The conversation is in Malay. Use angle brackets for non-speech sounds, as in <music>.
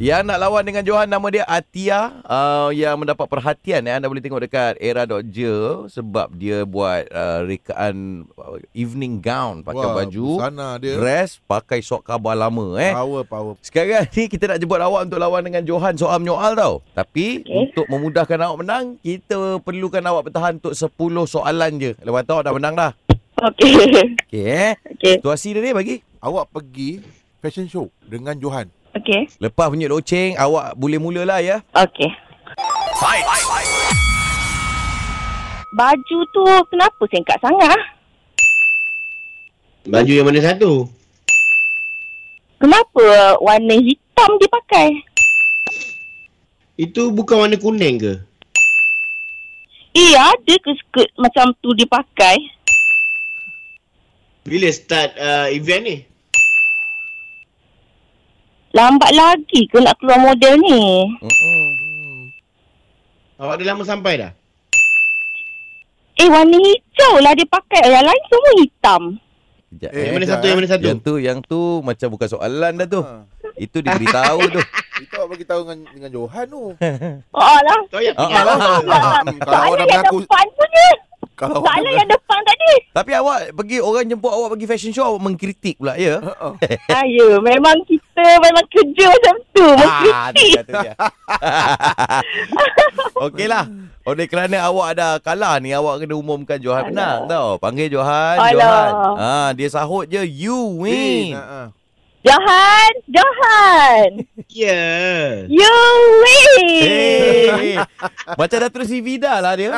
Yang nak lawan dengan Johan nama dia Atia uh, yang mendapat perhatian ya. Anda boleh tengok dekat era.je sebab dia buat uh, rekaan uh, evening gown pakai Wah, baju, Sana dia. dress, pakai sok khabar lama eh. Power, power. Sekarang ni kita nak jemput awak untuk lawan dengan Johan soal menyoal tau. Tapi okay. Okey. untuk memudahkan awak menang, kita perlukan awak bertahan untuk 10 soalan je. Lepas tu awak dah menang dah. Okey. <laughs> Okey eh. Okey. Situasi dia ni bagi. Awak pergi fashion show dengan Johan. Okey. Lepas punya loceng, awak boleh mulalah ya. Okey. Baju tu kenapa singkat sangat? ah? Baju yang mana satu? Kenapa warna hitam dia pakai? Itu bukan warna kuning ke? Eh, ada ke skirt macam tu dia pakai? Bila start uh, event ni? Lambat lagi ke nak keluar model ni? Awak dah lama sampai dah? Eh, warna hijau lah dia pakai. Yang lain semua hitam. Kejap, Eh, Yang eh. mana dah, satu? Yang mana satu? Yang tu, yang tu macam bukan soalan dah tu. Ha. Itu diberitahu <laughs> tu. Itu awak bagi tahu dengan dengan Johan tu. Oh, lah. Tak payah Ah, ah, fikir. ah. Hmm, kalau awak Soalan dah yang <laughs> mengaku depan punya. kalau awak Soalan dah yang depan tadi. Tapi awak pergi orang jemput awak pergi fashion show awak mengkritik pula ya. mengaku- Ah, ya, memang kita memang kerja macam tu. Ah, Mengkritik. dia kata <laughs> dia. <laughs> Okeylah. Oleh kerana awak dah kalah ni awak kena umumkan Johan menang tau. Panggil Johan, Alah. Johan. Ah, dia sahut je you win. Win. Ha, ha. Johan, Johan. Ya. You win. <laughs> <laughs> Hey. Macam dah terus CV dah lah dia.